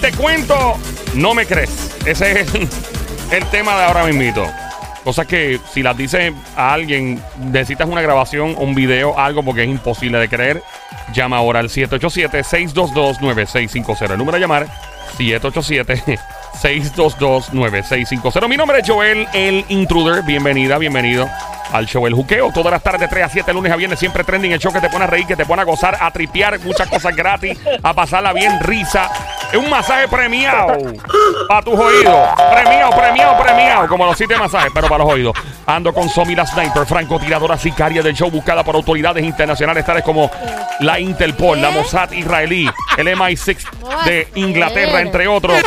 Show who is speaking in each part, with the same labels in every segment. Speaker 1: te cuento, no me crees. Ese es el, el tema de ahora mismito. Cosas que si las dices a alguien, necesitas una grabación, un video, algo, porque es imposible de creer. Llama ahora al 787-622-9650. El número a llamar, 787-622-9650. Mi nombre es Joel, el intruder. Bienvenida, bienvenido al show El Juqueo. Todas las tardes, de 3 a 7, lunes a viernes, siempre trending. El show que te pone a reír, que te pone a gozar, a tripear, muchas cosas gratis, a pasarla bien, risa. Es un masaje premiado para tus oídos. Premiado, premiado, premiado. Como los siete masajes, pero para los oídos. Ando con Somi la Sniper, francotiradora sicaria del show, buscada por autoridades internacionales, tales como la Interpol, la Mossad israelí, el MI6 de Inglaterra, entre otros.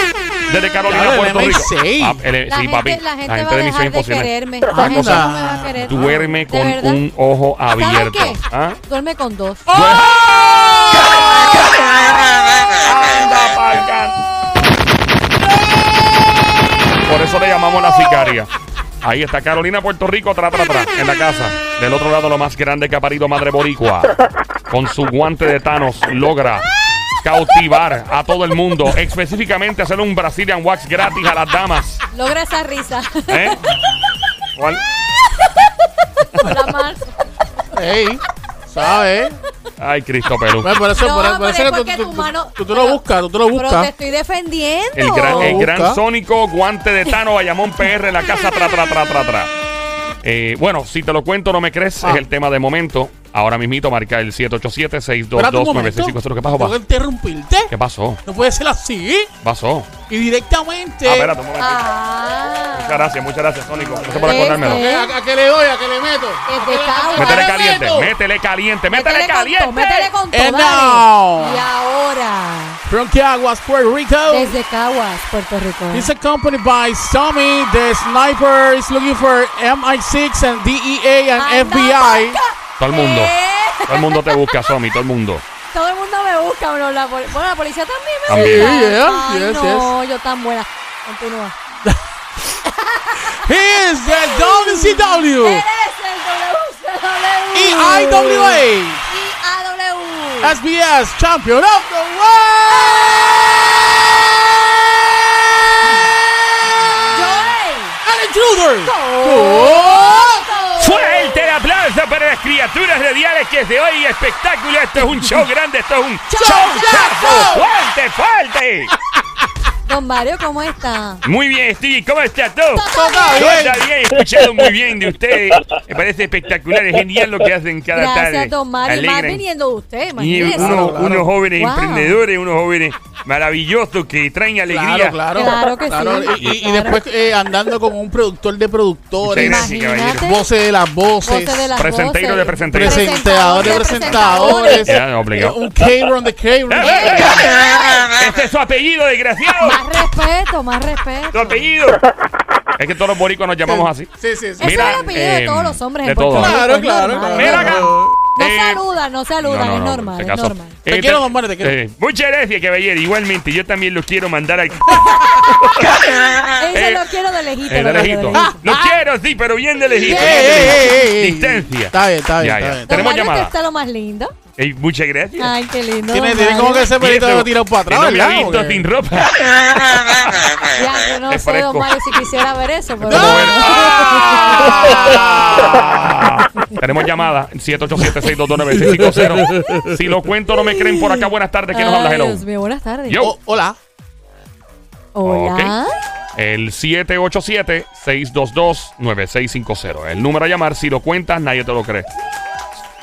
Speaker 1: Desde Carolina,
Speaker 2: Claro, el
Speaker 1: Puerto Rico.
Speaker 2: MI6.
Speaker 1: Ah, el-
Speaker 3: La,
Speaker 1: sí,
Speaker 3: gente,
Speaker 1: papi.
Speaker 3: la gente va a dejar de quererme. La
Speaker 2: Una
Speaker 3: gente
Speaker 2: cosa,
Speaker 3: no me va a querer.
Speaker 1: Duerme
Speaker 3: ¿De
Speaker 1: con
Speaker 3: verdad?
Speaker 1: un ¡Ah! ojo
Speaker 3: ¿Sabes
Speaker 1: abierto.
Speaker 3: qué?
Speaker 1: ¿Ah?
Speaker 3: Duerme con dos.
Speaker 1: Anda, pa'l can- Por eso le llamamos la sicaria. Ahí está Carolina, Puerto Rico, tra, tra, tra, en la casa. Del otro lado, lo más grande que ha parido Madre Boricua. Con su guante de Thanos logra cautivar a todo el mundo. Específicamente hacer un Brazilian Wax gratis a las damas.
Speaker 3: Logra esa risa.
Speaker 1: ¿Eh? ¿Cuál?
Speaker 3: la mar.
Speaker 2: Ey, ¿sabes?
Speaker 1: Ay, Cristo Perú.
Speaker 2: Bueno, por eso,
Speaker 3: No,
Speaker 2: por, por
Speaker 3: pero
Speaker 2: eso
Speaker 3: es
Speaker 2: que tú,
Speaker 3: porque
Speaker 2: tú,
Speaker 3: tu
Speaker 2: tú-
Speaker 3: mano-
Speaker 2: tú- tú lo
Speaker 3: pero-
Speaker 2: buscas, tú, tú lo
Speaker 3: Pero te
Speaker 2: buscas.
Speaker 3: estoy defendiendo.
Speaker 1: El gran, el
Speaker 2: Busca.
Speaker 1: gran sónico guante de Tano Bayamón PR en la casa tra tra tra tra tra. Eh, bueno, si te lo cuento, no me crees,
Speaker 2: Ah.
Speaker 1: es el tema de momento. Ahora mismito marca el 787
Speaker 2: Espérate un
Speaker 1: 622 9650 ¿Qué
Speaker 2: momento.
Speaker 1: pasó?
Speaker 2: Tengo que
Speaker 1: pa?
Speaker 2: interrumpirte.
Speaker 1: ¿Qué pasó?
Speaker 2: No puede ser así.
Speaker 1: Pasó.
Speaker 2: Y directamente.
Speaker 1: Ah, espérate un momentito. Muchas
Speaker 3: Ah.
Speaker 1: gracias, muchas gracias, Sónico. Gracias por
Speaker 3: Este.
Speaker 1: acordármelo.
Speaker 2: ¿Qué- ¿A, a qué le doy? ¿A qué le meto?
Speaker 3: Que te cago.
Speaker 1: Métele
Speaker 3: Ahora
Speaker 1: caliente,
Speaker 2: meto.
Speaker 1: métele caliente, métele
Speaker 3: con todo,
Speaker 1: caliente. Eh,
Speaker 3: métele con todo.
Speaker 2: And
Speaker 3: dale.
Speaker 2: now.
Speaker 3: Y ahora,
Speaker 2: From Caguas, Puerto Rico.
Speaker 3: desde Caguas, Puerto Rico.
Speaker 2: It's accompanied by Tommy. The sniper is looking for MI6 and DEA and
Speaker 3: Anda,
Speaker 2: FBI.
Speaker 3: vaca.
Speaker 1: Todo el mundo.
Speaker 3: Eh,
Speaker 1: Todo el mundo te busca, Somi, todo el mundo.
Speaker 3: Todo el mundo me busca, bro. La pol- bueno, la policía también me
Speaker 1: También.
Speaker 3: busca.
Speaker 2: Sí, yeah,
Speaker 3: Ay,
Speaker 2: yes,
Speaker 3: no, yo tan buena. Continúa.
Speaker 2: He is the WCW.
Speaker 3: Eres el WCW.
Speaker 2: E EIWA.
Speaker 3: IAW.
Speaker 2: SBS Champion of the World.
Speaker 3: Joel.
Speaker 2: An intruder.
Speaker 1: Fuerte el aplauso para las criaturas radiales que de hoy espectáculo. Esto es un show grande, esto es un
Speaker 2: Chazo.
Speaker 1: fuerte, fuerte.
Speaker 3: Don Mario, ¿cómo está?
Speaker 1: Muy bien, Stevie, ¿cómo estás tú?
Speaker 2: Toca
Speaker 1: Yo
Speaker 2: bien.
Speaker 1: está bien, he escuchado muy bien de ustedes. Me parece espectacular, es genial lo que hacen cada tarde.
Speaker 3: Gracias, don Mario. Y Más
Speaker 1: Alegran.
Speaker 3: viniendo de usted,
Speaker 1: Y
Speaker 3: imagínese.
Speaker 1: uno-
Speaker 2: Claro, claro.
Speaker 1: unos jóvenes
Speaker 3: Wow.
Speaker 1: emprendedores, unos jóvenes maravillosos que traen alegría.
Speaker 2: Claro,
Speaker 3: Claro
Speaker 2: claro.
Speaker 3: que sí.
Speaker 2: Y, y- y
Speaker 3: Claro.
Speaker 2: después eh, andando con un productor de productores.
Speaker 1: Muchas gracias, caballero.
Speaker 2: Voces de las voces.
Speaker 3: Voces de las
Speaker 1: Presenteiro
Speaker 3: voces.
Speaker 1: de presenteiro.
Speaker 2: presentadores de presentadores.
Speaker 1: Ya, no, obligado. Eh,
Speaker 2: Eh, Un K-Ron de
Speaker 1: Ah,
Speaker 2: K-Ron.
Speaker 1: Este es su apellido, desgraciado.
Speaker 3: Más respeto, más
Speaker 1: Su
Speaker 3: respeto.
Speaker 1: apellido. Es que todos los boricuas nos llamamos así.
Speaker 2: Sí, sí, sí.
Speaker 3: Ese
Speaker 1: Mira,
Speaker 3: es el apellido
Speaker 1: eh,
Speaker 3: de todos los hombres
Speaker 1: de
Speaker 3: en Puerto
Speaker 1: todos.
Speaker 3: Rico,
Speaker 2: Claro,
Speaker 3: es
Speaker 2: claro,
Speaker 3: normal.
Speaker 2: claro.
Speaker 1: Mira acá.
Speaker 3: No
Speaker 1: Eh,
Speaker 3: saludan, no saludan,
Speaker 1: No, no,
Speaker 3: es
Speaker 1: no,
Speaker 3: normal,
Speaker 1: se
Speaker 3: es
Speaker 1: casó.
Speaker 3: normal.
Speaker 1: Eh,
Speaker 2: Te quiero, mamá, te quiero.
Speaker 1: eh, muchas gracias, caballero. Igualmente, yo también los quiero mandar al.
Speaker 3: Ese
Speaker 1: eh,
Speaker 3: lo quiero de lejito.
Speaker 1: Eh,
Speaker 3: lo quiero de
Speaker 1: de lejito.
Speaker 3: lejito.
Speaker 1: Los quiero, sí, pero bien de lejito.
Speaker 3: Ey,
Speaker 1: bien de
Speaker 2: ey,
Speaker 1: lejito.
Speaker 2: ey, ey, ey.
Speaker 1: Distancia.
Speaker 2: Está bien, está bien,
Speaker 1: Ya, ya.
Speaker 2: está bien.
Speaker 3: Don Mario,
Speaker 1: Tenemos
Speaker 3: que
Speaker 1: llamada.
Speaker 3: está lo más lindo.
Speaker 1: Ey, muchas gracias.
Speaker 3: Ay, qué lindo.
Speaker 2: Tiene,
Speaker 3: don
Speaker 2: tiene
Speaker 3: Mario.
Speaker 2: como que ese
Speaker 1: Y
Speaker 2: pelito
Speaker 1: eso,
Speaker 2: lo tirado para
Speaker 1: que
Speaker 2: atrás,
Speaker 1: no me ha
Speaker 2: ¿verdad?
Speaker 1: visto
Speaker 2: Porque-
Speaker 1: sin ropa.
Speaker 3: Ya, yo no
Speaker 1: Es
Speaker 3: sé,
Speaker 1: fresco.
Speaker 3: don Mario, si quisiera ver eso, pero.
Speaker 1: Pero bueno. ¡Ah! Tenemos llamada 787-629-650. Si lo cuento, no me creen por acá. Buenas tardes. ¿Quién nos habla,
Speaker 3: Ay,
Speaker 1: Hello?
Speaker 3: Dios mío, buenas tardes.
Speaker 1: Yo.
Speaker 2: Oh, hola.
Speaker 3: Hola.
Speaker 1: El 787-622-9650. El número a llamar, si lo cuentas, nadie te lo cree.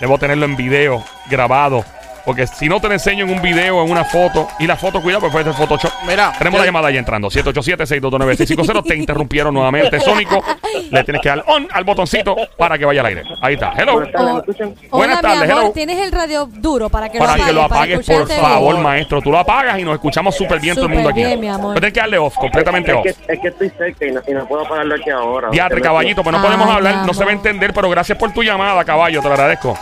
Speaker 1: Debo tenerlo en video, grabado. Porque si no te lo enseño en un video, en una foto, y la foto, cuidado, pues puede ser Photoshop.
Speaker 2: Mira,
Speaker 1: Tenemos
Speaker 2: yo-
Speaker 1: la llamada ahí entrando. 787-622-9650. Te interrumpieron nuevamente, Sónico. Le tienes que dar on al botoncito para que vaya al aire. Ahí está. Hello.
Speaker 3: Oh,
Speaker 1: Buenas
Speaker 3: Hola,
Speaker 1: tardes,
Speaker 3: mi amor,
Speaker 1: hello.
Speaker 3: tienes el radio duro para que
Speaker 1: Para
Speaker 3: lo apagues,
Speaker 1: que lo apagues,
Speaker 3: para
Speaker 1: por
Speaker 3: escucharte
Speaker 1: favor,
Speaker 3: bien.
Speaker 1: maestro. Tú lo apagas y nos escuchamos súper bien todo el mundo aquí.
Speaker 3: Súper bien, mi amor.
Speaker 1: Pero tienes que darle off, completamente off.
Speaker 4: Es que, es que estoy cerca y no, y no puedo pararlo aquí ahora.
Speaker 1: Diatre, caballito, pues no
Speaker 3: Ay,
Speaker 1: podemos
Speaker 3: mi
Speaker 1: hablar, no se va a
Speaker 3: amor.
Speaker 1: entender, pero gracias por tu llamada, caballo, te lo agradezco.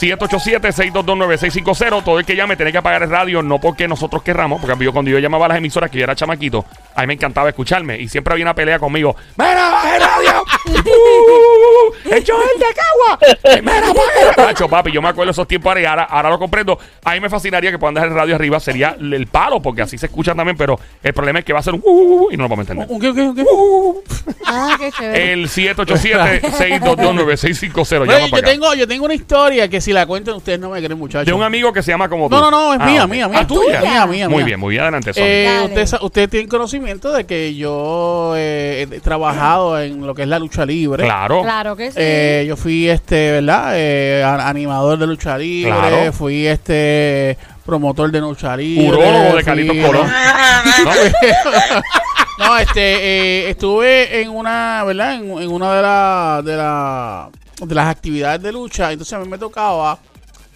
Speaker 1: 787-622-9650. Todo el que llame tiene que apagar el radio, no porque nosotros querramos, porque yo cuando yo llamaba a las emisoras que yo era chamaquito, a mí me encantaba escucharme y siempre había una pelea conmigo. ¡Mira, baja el radio! ¡Uh! ¡Hecho el de Cagua! Eh, ¡Mira, baja el radio! papi, yo me acuerdo esos tiempos ahora, y ahora, ahora lo comprendo. A mí me fascinaría que puedan dejar el radio arriba, sería el palo, porque así se escuchan también, pero el problema es que va a ser un uh, y no lo vamos a entender.
Speaker 2: ¿Un qué, un qué, un qué?
Speaker 1: Pues
Speaker 3: Ah, qué chévere.
Speaker 1: El 787-622-9650.
Speaker 2: Bueno,
Speaker 1: Llama
Speaker 2: Pues yo,
Speaker 1: para acá.
Speaker 2: tengo, yo tengo una historia que si la cuentan ustedes no me creen, muchachos.
Speaker 1: De un amigo que se llama como tú.
Speaker 2: No, no, no, es
Speaker 1: Ah,
Speaker 2: mía,
Speaker 1: ok.
Speaker 2: mía,
Speaker 1: Ah,
Speaker 2: mía.
Speaker 1: tuya.
Speaker 2: Mía, mía,
Speaker 1: Muy
Speaker 2: mía.
Speaker 1: bien, muy bien. Adelante, Sony.
Speaker 2: Eh,
Speaker 3: Dale.
Speaker 2: usted, sa- usted tiene conocimiento de que yo eh, he trabajado en lo que es la lucha libre.
Speaker 1: claro.
Speaker 3: Claro que sí.
Speaker 2: Eh, yo fui este, ¿verdad? Eh, a- animador de lucha libre,
Speaker 1: Claro.
Speaker 2: fui este promotor de lucha libre.
Speaker 1: Urólogo de
Speaker 2: fui-
Speaker 1: Carlitos Colón. ¿No? pues,
Speaker 2: No, este, eh, estuve en una, ¿verdad? En, en una de, la- de, la- de las actividades de lucha. Entonces a mí me tocaba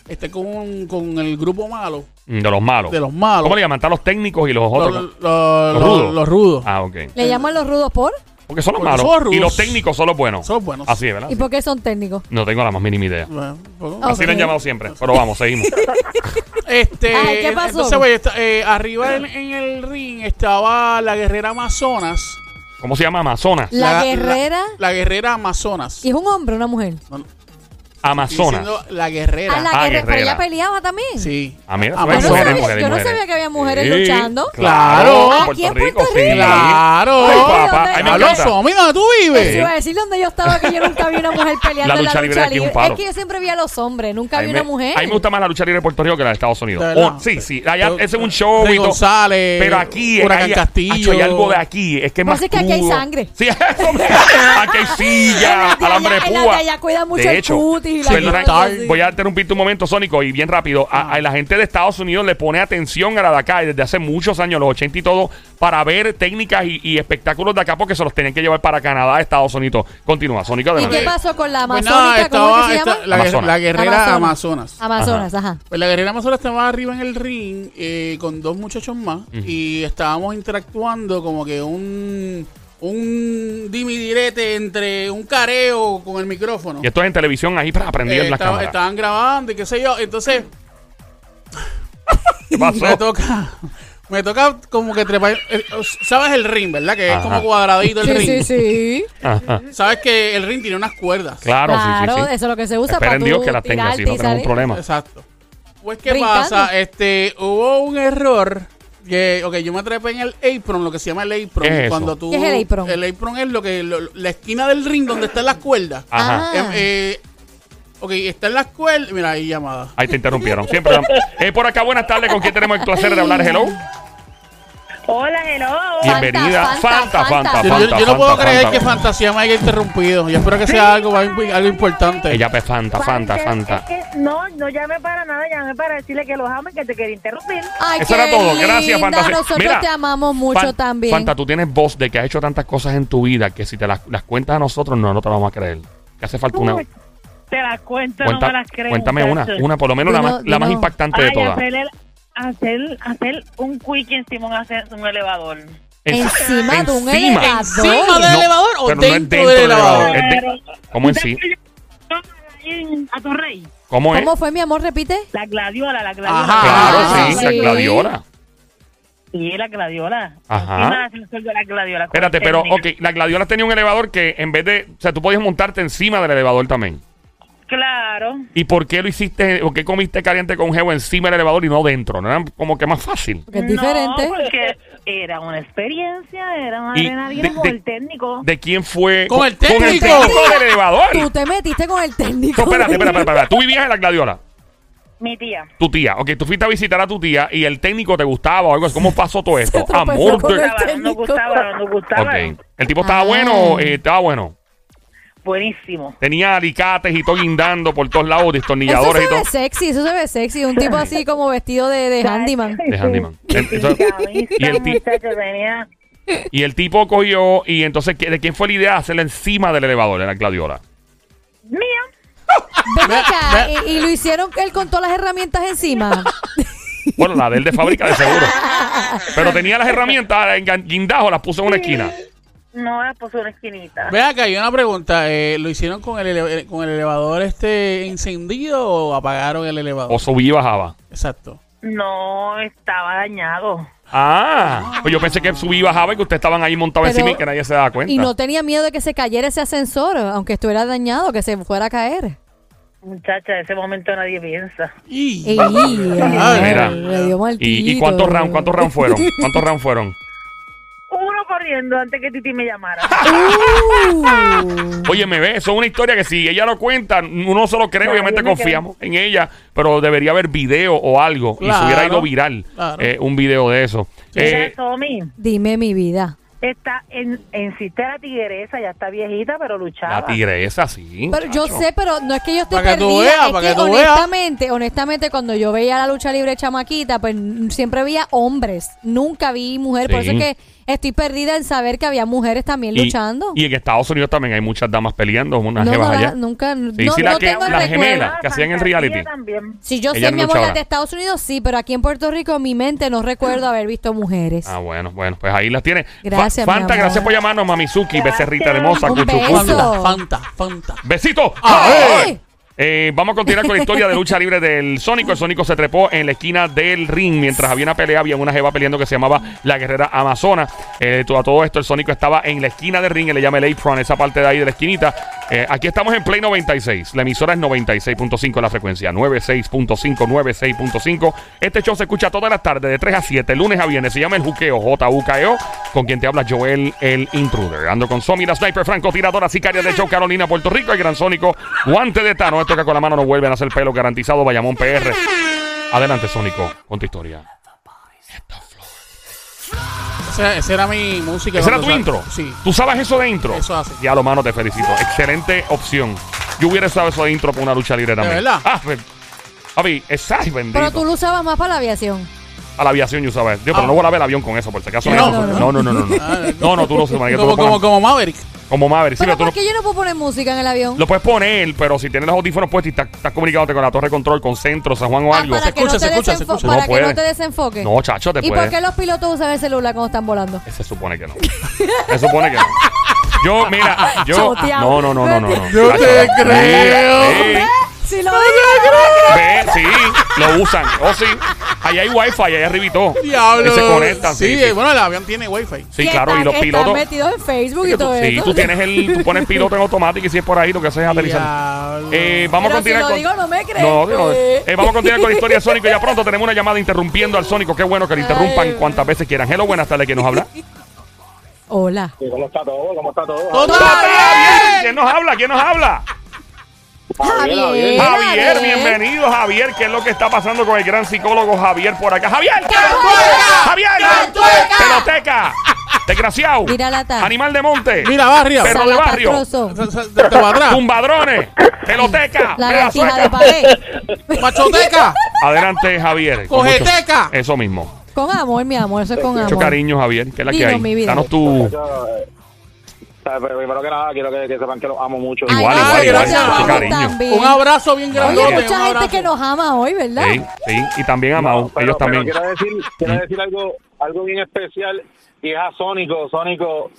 Speaker 2: estar con, un- con el grupo malo,
Speaker 1: mm, De los malos.
Speaker 2: de los malos.
Speaker 1: ¿Cómo le llaman? Están los técnicos y los
Speaker 2: Los,
Speaker 1: otros.
Speaker 2: los-
Speaker 1: Los
Speaker 2: los-
Speaker 1: rudos.
Speaker 2: los rudos.
Speaker 1: Ah, ok.
Speaker 3: Le llaman los rudos por.
Speaker 1: Porque son los
Speaker 2: Porque
Speaker 1: malos.
Speaker 2: son rudos.
Speaker 1: Y los técnicos son los buenos.
Speaker 2: Son los buenos.
Speaker 1: Así es, ¿verdad?
Speaker 3: ¿Y por qué son técnicos?
Speaker 1: No tengo la más mínima idea.
Speaker 2: Bueno, poco-
Speaker 3: Ah,
Speaker 1: Así le han
Speaker 3: Ok.
Speaker 1: llamado siempre. Pero vamos, seguimos.
Speaker 2: Este,
Speaker 3: Ay, ¿qué pasó?
Speaker 2: entonces, güey, esta- eh, arriba en, en el ring estaba la guerrera Amazonas.
Speaker 1: ¿Cómo se llama? Amazonas.
Speaker 3: La, guerrera.
Speaker 2: La, guerrera Amazonas.
Speaker 3: ¿Y es un hombre o una mujer?
Speaker 2: Estoy
Speaker 1: Amazonas.
Speaker 2: diciendo La
Speaker 3: Ah,
Speaker 2: guerrera.
Speaker 3: la
Speaker 1: Ah,
Speaker 3: guerrera. Pero
Speaker 1: guerrera.
Speaker 3: ella peleaba también.
Speaker 2: Sí.
Speaker 1: A mí
Speaker 3: Ah, pues Yo no,
Speaker 2: Amazonas,
Speaker 3: sabía,
Speaker 1: Ah, mujeres,
Speaker 3: yo no
Speaker 1: mujeres.
Speaker 3: sabía que había mujeres
Speaker 1: Sí,
Speaker 3: luchando.
Speaker 2: Claro.
Speaker 1: En
Speaker 3: Aquí
Speaker 1: Puerto
Speaker 3: en
Speaker 1: Rico,
Speaker 3: Puerto
Speaker 1: sí.
Speaker 3: Rico.
Speaker 2: Claro.
Speaker 1: Ay,
Speaker 3: Ay,
Speaker 1: papá. Ay, me
Speaker 3: Dios mío.
Speaker 1: encanta.
Speaker 2: Alonso, mira, tú
Speaker 3: Eso
Speaker 2: vives.
Speaker 3: iba a decir donde yo estaba que yo nunca vi una mujer peleando
Speaker 1: La
Speaker 3: en
Speaker 1: lucha
Speaker 3: la
Speaker 1: libre
Speaker 3: lucha
Speaker 1: aquí es un
Speaker 3: libre.
Speaker 1: palo.
Speaker 3: Es que yo siempre vi a los hombres, nunca
Speaker 1: A
Speaker 3: vi
Speaker 1: mí
Speaker 3: una
Speaker 1: me-
Speaker 3: mujer.
Speaker 1: A mí me gusta más la lucha libre de Puerto Rico que la de Estados Unidos.
Speaker 2: De verdad.
Speaker 1: Oh, sí, sí. Allá
Speaker 2: Yo-
Speaker 1: ese es un show.
Speaker 2: Rey
Speaker 1: y todo.
Speaker 2: González,
Speaker 1: Pero aquí.
Speaker 2: Huracán
Speaker 1: allá-
Speaker 2: Castillo.
Speaker 1: Acho, hay algo de aquí. Es que es
Speaker 3: Pues
Speaker 1: más.
Speaker 3: es que aquí hay
Speaker 1: crudo.
Speaker 3: sangre.
Speaker 1: Sí, eso me- Aquí hay silla,
Speaker 3: En la de
Speaker 1: alambre de
Speaker 3: allá- en la
Speaker 1: púa.
Speaker 3: de allá cuidan mucho
Speaker 1: de
Speaker 3: el
Speaker 1: hecho,
Speaker 3: cutis y la
Speaker 1: perdona,
Speaker 3: cosa así.
Speaker 1: voy a interrumpirte un momento, Sónico, y bien rápido. A, a la gente de Estados Unidos le pone atención a la de acá y desde hace muchos años, los 80 y todo, para ver técnicas y, y espectáculos de acá porque se los tenían que llevar para Canadá, Estados Unidos. Continúa, Sónico,
Speaker 3: ¿Y
Speaker 1: adelante.
Speaker 3: qué pasó con la
Speaker 2: Pues
Speaker 3: amazónica?
Speaker 2: nada,
Speaker 3: ¿Cómo es
Speaker 2: estaba
Speaker 3: que se
Speaker 2: esta-
Speaker 3: llama?
Speaker 2: la, guer-
Speaker 1: Amazonas.
Speaker 2: la guerrera
Speaker 3: Amazonas.
Speaker 2: Amazonas.
Speaker 3: Amazonas, ajá.
Speaker 2: Pues la guerrera Amazonas estaba arriba en el ring eh, con dos muchachos más y estábamos interactuando como que un un dimidirete entre un careo con el micrófono.
Speaker 1: Y esto es en televisión ahí para aprender
Speaker 2: Eh,
Speaker 1: las
Speaker 2: estaba-
Speaker 1: cámaras.
Speaker 2: estaban grabando y qué sé yo. Entonces,
Speaker 1: ¿Qué
Speaker 2: me
Speaker 1: pasó?
Speaker 2: toca, me toca como que trepar. eh, ¿Sabes el ring, verdad? Que
Speaker 1: Ajá.
Speaker 2: es como cuadradito el
Speaker 3: Sí, sí,
Speaker 2: ring.
Speaker 3: sí.
Speaker 1: Ajá.
Speaker 2: Sabes que el ring tiene unas cuerdas.
Speaker 1: Claro, sí, sí,
Speaker 3: Claro,
Speaker 1: sí.
Speaker 3: eso es lo que se usa para
Speaker 1: Esperen
Speaker 3: tú
Speaker 1: Dios que las tenga,
Speaker 3: tirarte
Speaker 1: si no
Speaker 3: y
Speaker 1: tenemos un
Speaker 3: salir.
Speaker 1: problema.
Speaker 2: Exacto. Pues, ¿qué
Speaker 3: Brincando.
Speaker 2: pasa? Este, hubo un error. Que, ok, yo me atrapé en el apron, lo que se llama el apron.
Speaker 1: ¿Qué es eso?
Speaker 2: Cuando tú,
Speaker 3: ¿Qué es el apron?
Speaker 2: El apron es lo que, lo- la esquina del ring donde están las cuerdas.
Speaker 1: Ajá.
Speaker 3: Ah.
Speaker 2: Eh, eh, ok, están las cuerdas. Mira, ahí llamada.
Speaker 1: Ahí te interrumpieron. Siempre. la- Eh, por acá, buenas tardes. ¿Con quién tenemos el placer de hablar? Hello.
Speaker 5: Hola, hello.
Speaker 3: Fanta,
Speaker 1: Bienvenida. Fanta,
Speaker 3: Fanta,
Speaker 1: Fanta, Ah, Fanta.
Speaker 3: Fanta.
Speaker 2: Yo, yo- yo no puedo
Speaker 1: Fanta,
Speaker 2: creer
Speaker 1: Fanta.
Speaker 2: que Fantasía me haya interrumpido. Yo espero que sea algo, algo importante.
Speaker 1: Ella pues Fanta, Fanta,
Speaker 5: Para
Speaker 1: Fanta.
Speaker 5: inter- es que no, no llamé para nada, llamé para decirle que los amo y que te quería interrumpir.
Speaker 3: Ay,
Speaker 1: Eso
Speaker 3: qué
Speaker 1: era todo. Gracias,
Speaker 3: linda.
Speaker 1: Fanta.
Speaker 3: Nosotros
Speaker 1: Mira,
Speaker 3: te amamos mucho
Speaker 1: Fan-
Speaker 3: también.
Speaker 1: Fanta, tú tienes voz de que has hecho tantas cosas en tu vida que si te las, las cuentas a nosotros, no, no te lo vamos a creer. Que hace falta una.
Speaker 5: Uy, Te las cuento,
Speaker 1: cuenta-
Speaker 5: no me las creo.
Speaker 1: cuéntame una,
Speaker 5: muchachos.
Speaker 1: una por lo menos la,
Speaker 3: Dino,
Speaker 1: más, la más
Speaker 3: dino.
Speaker 1: impactante de
Speaker 5: Ay,
Speaker 1: todas.
Speaker 5: hacer, el- hacer, hacer un quick encima de un ace- un elevador.
Speaker 1: En-
Speaker 3: Encima de un
Speaker 1: encima.
Speaker 3: elevador.
Speaker 2: ¿Encima del
Speaker 1: No,
Speaker 2: elevador o
Speaker 1: pero no es
Speaker 2: dentro, del elevador?
Speaker 1: Es de- ¿Cómo en sí?
Speaker 5: En- A tu rey.
Speaker 1: ¿Cómo es?
Speaker 3: ¿Cómo fue, mi amor? Repite.
Speaker 5: La gladiola, la gladiola.
Speaker 2: Ajá.
Speaker 1: Claro,
Speaker 3: Ah,
Speaker 1: sí, la
Speaker 3: sí.
Speaker 1: gladiola.
Speaker 5: Sí, la gladiola.
Speaker 1: Ajá.
Speaker 5: Encima del ascensor de la gladiola.
Speaker 1: Espérate, pero,
Speaker 5: Técnica.
Speaker 1: ok, la gladiola tenía un elevador que en vez de. O sea, tú podías montarte encima del elevador también.
Speaker 5: Claro.
Speaker 1: ¿Y por qué lo hiciste, o qué comiste caliente con geo encima del elevador y no dentro? ¿No era como que más fácil?
Speaker 3: Porque es diferente.
Speaker 5: No, pues, porque era una experiencia, era una
Speaker 1: Y
Speaker 5: adrenalina
Speaker 1: de-
Speaker 5: con
Speaker 1: de-
Speaker 5: el técnico.
Speaker 1: ¿De quién fue?
Speaker 2: ¡Con el técnico!
Speaker 1: del elevador!
Speaker 3: Tú te metiste con el técnico.
Speaker 1: No, espérate, espérate, espérate, espérate. Tú vivías en la gladiola.
Speaker 5: Mi tía.
Speaker 1: Tu tía. Ok, tú fuiste a visitar a tu tía y el técnico te gustaba o algo así. ¿Cómo pasó todo esto?
Speaker 3: tropezó
Speaker 1: Amor
Speaker 3: con
Speaker 1: de...
Speaker 3: el-
Speaker 5: Gustaba, no
Speaker 3: técnico.
Speaker 5: gustaba, no gustaba.
Speaker 1: Ok. ¿El tipo estaba
Speaker 3: Ah.
Speaker 1: bueno? eh, estaba bueno.
Speaker 5: Buenísimo.
Speaker 1: Tenía alicates y todo guindando por todos lados,
Speaker 3: Eso
Speaker 1: destornilladores
Speaker 3: se
Speaker 1: y todo.
Speaker 3: ve sexy, eso se ve sexy. Un tipo así como vestido de, de handyman.
Speaker 1: De handyman. El-
Speaker 5: Sí,
Speaker 1: eso-
Speaker 5: camisa,
Speaker 1: y el ti-
Speaker 5: muchacho, tenía-
Speaker 1: Y el tipo cogió y entonces, ¿qué- ¿de quién fue la idea de hacerla encima del elevador en la gladiola?
Speaker 5: Mía.
Speaker 3: Ven acá,
Speaker 2: Ve-
Speaker 3: y, y lo hicieron que él con todas las herramientas encima.
Speaker 1: Bueno, la del de fábrica de seguro. Pero tenía las herramientas en guindajo, las puso en una esquina.
Speaker 5: no era por una esquinita.
Speaker 2: Ve acá, hay una pregunta. eh, ¿Lo hicieron con el, ele- el- con el elevador este encendido o apagaron el elevador?
Speaker 1: O subí y bajaba.
Speaker 2: Exacto.
Speaker 5: No, estaba dañado.
Speaker 1: Ah, pues yo pensé que subí y bajaba y que ustedes estaban ahí montados
Speaker 3: Pero-
Speaker 1: encima y que nadie se daba cuenta.
Speaker 3: Y no tenía miedo de que se cayera ese ascensor, aunque estuviera dañado, que se fuera a caer.
Speaker 5: Muchacha, en ese momento nadie piensa.
Speaker 2: Y- Ah,
Speaker 3: Ey,
Speaker 2: Mira.
Speaker 3: ay, le dio
Speaker 1: ¿Y, y
Speaker 3: martillito.
Speaker 1: cuántos rounds cuántos round fueron? ¿Cuántos rounds fueron?
Speaker 5: Uno corriendo antes que Titi me llamara.
Speaker 3: Uh.
Speaker 1: Oye, me ve, eso es una historia que si ella lo cuenta, uno se lo cree,
Speaker 5: No,
Speaker 1: obviamente
Speaker 5: yo me
Speaker 1: confiamos en ella, pero debería haber video o algo y se
Speaker 2: Claro,
Speaker 1: hubiera ido viral
Speaker 2: claro.
Speaker 1: eh, un video de eso.
Speaker 5: Mira,
Speaker 1: Eh,
Speaker 5: Tommy,
Speaker 3: Dime mi vida.
Speaker 5: está en, en la tigresa, ya está viejita, pero luchaba.
Speaker 1: la tigresa, sí.
Speaker 3: Pero yo
Speaker 1: chacho.
Speaker 3: sé, pero no es que yo esté
Speaker 2: Para que tú
Speaker 3: perdida.
Speaker 2: veas,
Speaker 3: es
Speaker 2: para
Speaker 3: que,
Speaker 2: que tú veas.
Speaker 3: honestamente, honestamente, cuando yo veía la lucha libre chamaquita, pues mm, siempre veía hombres. Nunca vi mujeres. Por
Speaker 1: Sí.
Speaker 3: eso es que estoy perdida en saber que había mujeres también
Speaker 1: Y-
Speaker 3: luchando.
Speaker 1: Y en Estados Unidos también hay muchas damas peleando, unas
Speaker 3: no,
Speaker 1: jevas
Speaker 3: no,
Speaker 1: allá.
Speaker 3: la- nunca.
Speaker 1: Sí,
Speaker 3: no,
Speaker 1: sí,
Speaker 3: no
Speaker 1: la que-
Speaker 3: tengo el
Speaker 1: la
Speaker 3: recuerdo.
Speaker 1: gemela. que hacían en
Speaker 5: Fantasía
Speaker 1: reality.
Speaker 5: También.
Speaker 3: Si yo
Speaker 1: Ellas
Speaker 3: sé, mi amor,
Speaker 1: luchaban.
Speaker 3: las de Estados Unidos sí, pero aquí en Puerto Rico, en mi mente, no recuerdo haber visto mujeres.
Speaker 1: Ah, bueno, bueno, pues ahí las tiene.
Speaker 3: Gracias,
Speaker 1: Fa-
Speaker 3: mi
Speaker 1: Fanta,
Speaker 3: amor.
Speaker 1: gracias por llamarnos, Mamizuki,
Speaker 5: Gracias.
Speaker 1: Becerrita hermosa,
Speaker 3: Un
Speaker 1: Cuchucucu.
Speaker 3: beso.
Speaker 2: Fanta, Fanta, Fanta.
Speaker 1: ¡Besito!
Speaker 2: ¡Ay!
Speaker 1: Eh, vamos a continuar con la historia de lucha libre del Sónico. El Sónico se trepó en la esquina del ring mientras había una pelea. Había una jeva peleando que se llamaba la guerrera Amazona. Eh, to- a todo esto, el Sónico estaba en la esquina del ring. Él le llama el apron, esa parte de ahí de la esquinita. Eh, aquí estamos en Play 96. La emisora es 96.5 la frecuencia. 96.5, 96.5. Este show se escucha todas las tardes de 3 a 7, lunes a viernes. Se llama El Juqueo, J-U-K-E-O, E con quien te habla Joel, el intruder. Ando con Somi, la sniper, franco, tiradora, sicaria de show, Carolina, Puerto Rico, el gran sónico, guante de Tano. Esto que con la mano no vuelven a hacer pelo garantizado, Bayamón PR. Adelante, Sónico, con tu historia.
Speaker 2: Esa, esa era mi música.
Speaker 1: ¿Ese era
Speaker 2: cuando
Speaker 1: tu
Speaker 2: sal-
Speaker 1: intro?
Speaker 2: Sí.
Speaker 1: ¿Tú sabes eso de intro?
Speaker 2: Eso hace.
Speaker 1: Ya, lo mano, te felicito. Excelente opción. Yo hubiera sabido eso de intro para una lucha libre también.
Speaker 2: verdad?
Speaker 1: Ah, pues, Javi, exacto, bendito.
Speaker 3: Pero tú lo usabas más para la aviación.
Speaker 1: a la aviación yo usaba eso. Yo,
Speaker 2: Ah.
Speaker 1: pero no volaba el avión con eso, por si acaso.
Speaker 2: No,
Speaker 1: no, no, no. No, no,
Speaker 2: Ah,
Speaker 1: no, no, tú no se manera que tú
Speaker 2: Como,
Speaker 1: lo
Speaker 2: como,
Speaker 1: pongas
Speaker 2: como Maverick.
Speaker 1: como Maverick. Sí,
Speaker 3: pero
Speaker 1: pero tú
Speaker 3: ¿por
Speaker 1: no-
Speaker 3: qué yo no puedo poner música en el avión?
Speaker 1: lo puedes poner, pero si tienes los audífonos puestos y estás, estás comunicándote con la torre de control, con centro, San Juan o
Speaker 3: Ah,
Speaker 1: algo.
Speaker 3: para que
Speaker 2: escucha,
Speaker 3: no
Speaker 2: se
Speaker 3: te
Speaker 2: escucha, se
Speaker 3: desenfo-
Speaker 2: escucha.
Speaker 1: No
Speaker 3: para que
Speaker 1: puede.
Speaker 3: no te desenfoque.
Speaker 1: No, chacho, te
Speaker 3: ¿Y
Speaker 1: puedes.
Speaker 3: por qué los pilotos usan el celular cuando están volando?
Speaker 1: Se supone que no. Se supone que no. Yo, mira, yo.
Speaker 3: Choteado.
Speaker 1: No, no, no, no, no. no.
Speaker 2: Yo te
Speaker 1: Chacho,
Speaker 2: creo.
Speaker 1: ve,
Speaker 3: ¿Eh? Si lo digo.
Speaker 1: ve, ve, sí, lo usan. Oh, sí. Ahí hay wifi, ahí arriba y todo.
Speaker 2: Diablo.
Speaker 1: Y se conectan, sí.
Speaker 2: Sí,
Speaker 1: sí.
Speaker 2: eh, bueno, el avión tiene wifi.
Speaker 1: Sí,
Speaker 3: Que
Speaker 1: claro, y
Speaker 3: están-
Speaker 1: los pilotos.
Speaker 3: Están metidos en Facebook y
Speaker 1: Sí,
Speaker 3: todo
Speaker 1: tú- sí,
Speaker 3: eso.
Speaker 1: tú tienes el. Tú pones piloto en automático y si es por ahí, lo que haces es aterrizar.
Speaker 2: Diablo.
Speaker 1: Eh, vamos a
Speaker 3: Pero si
Speaker 1: continuar
Speaker 3: lo
Speaker 1: con.
Speaker 3: digo, no me crees,
Speaker 1: No, no,
Speaker 3: pues.
Speaker 1: eh, vamos a continuar con la historia de Sónico. Ya pronto tenemos una llamada interrumpiendo al Sónico. Qué bueno que lo interrumpan
Speaker 3: Ay.
Speaker 1: cuantas veces quieran. Hello, buenas tardes. ¿Quién nos habla?
Speaker 3: Hola.
Speaker 4: ¿Cómo está todo? ¿Cómo está todo?
Speaker 2: Todo
Speaker 1: ¡Javier! ¿Quién nos habla? ¿Quién nos habla?
Speaker 4: Javier, Javier.
Speaker 3: Javier.
Speaker 1: Javier, bienvenido, Javier. ¿Qué es lo que está pasando con el gran psicólogo Javier por acá? ¡Javier! ¡Javier!
Speaker 3: ¡Cantueca!
Speaker 1: ¡Peloteca! ¡Desgraciado!
Speaker 3: Mira la ta.
Speaker 1: ¡Animal de monte!
Speaker 2: Mira, va arriba.
Speaker 1: Pero- de barrio.
Speaker 3: Salapatroso.
Speaker 2: Sa- sa- De para atrás.
Speaker 1: ¡Tumbadrones! ¡Peloteca!
Speaker 3: La
Speaker 1: pedazueca.
Speaker 3: gatija de pared.
Speaker 2: Machoteca.
Speaker 1: Adelante, Javier. Con mucho-
Speaker 2: Cogeteca.
Speaker 1: Eso mismo.
Speaker 3: Con amor, mi amor, eso es con
Speaker 1: Mucho
Speaker 3: amor.
Speaker 1: cariño, Javier. ¿Qué es la que
Speaker 3: Dino,
Speaker 1: hay?
Speaker 3: mi vida.
Speaker 1: Danos tu...
Speaker 4: Yo, eh, sabe, pero primero que nada, quiero que, que sepan que los amo mucho.
Speaker 3: Ay,
Speaker 1: Igual,
Speaker 3: no,
Speaker 2: igual,
Speaker 3: yo
Speaker 2: igual,
Speaker 3: te
Speaker 2: mucho
Speaker 3: amo
Speaker 1: cariño.
Speaker 3: también.
Speaker 2: Un abrazo bien grande.
Speaker 3: Oye, mucha gente que nos ama hoy, ¿verdad?
Speaker 1: Sí, sí. Y también a Mau.
Speaker 4: No, pero-
Speaker 1: Ellos
Speaker 4: pero
Speaker 1: también. Mm.
Speaker 4: quiero decir, quiero decir algo, algo bien especial y es a Sónico. Sónico,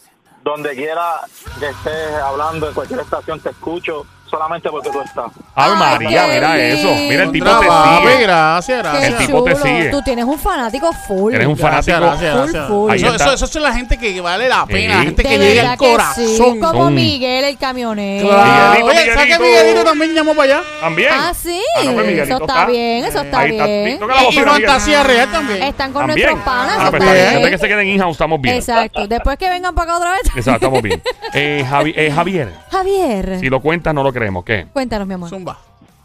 Speaker 4: donde quiera que estés hablando, en cualquier estación te escucho, solamente porque tú estás.
Speaker 1: Ave
Speaker 3: Ay,
Speaker 1: María,
Speaker 3: qué
Speaker 1: mira eso. Mira, el tipo te
Speaker 2: Papi,
Speaker 1: sigue.
Speaker 2: gracias,
Speaker 3: Qué
Speaker 1: El
Speaker 2: gracias.
Speaker 1: tipo te sigue.
Speaker 3: Tú tienes un fanático full.
Speaker 1: Eres un
Speaker 2: Gracias,
Speaker 1: fanático.
Speaker 2: gracias, gracias.
Speaker 3: Full, full.
Speaker 1: Ahí
Speaker 2: Eso,
Speaker 1: está.
Speaker 2: eso, eso es la gente que vale la pena, la
Speaker 1: Sí.
Speaker 2: gente que
Speaker 3: De
Speaker 2: llega
Speaker 3: verdad
Speaker 2: al
Speaker 3: que
Speaker 2: corazón.
Speaker 3: sí, como
Speaker 1: Mm.
Speaker 3: Miguel el camionero.
Speaker 2: Claro.
Speaker 1: Miguelito,
Speaker 2: Oye, ¿sabes que
Speaker 1: Miguelito?
Speaker 2: Miguelito también llamó para allá?
Speaker 1: También.
Speaker 3: Ah, sí.
Speaker 1: no, pues Miguelito
Speaker 3: eso está, bien, eso está
Speaker 1: Ahí
Speaker 3: bien.
Speaker 1: Toca la
Speaker 2: Eh, Y
Speaker 1: bocina, Miguel.
Speaker 2: fantasía real también.
Speaker 3: Están con
Speaker 1: También.
Speaker 3: nuestros panas.
Speaker 1: Ah,
Speaker 3: eso
Speaker 1: pues
Speaker 3: está
Speaker 1: está bien.
Speaker 3: bien.
Speaker 1: Antes que se queden in-house, estamos bien.
Speaker 3: Exacto. Después que vengan para acá otra vez.
Speaker 1: Exacto, estamos bien. Eh, Javi- eh, Javier,
Speaker 3: Javier,
Speaker 1: si lo cuentas, no lo creemos. ¿Qué?
Speaker 3: cuéntanos, mi amor.
Speaker 2: Zumba.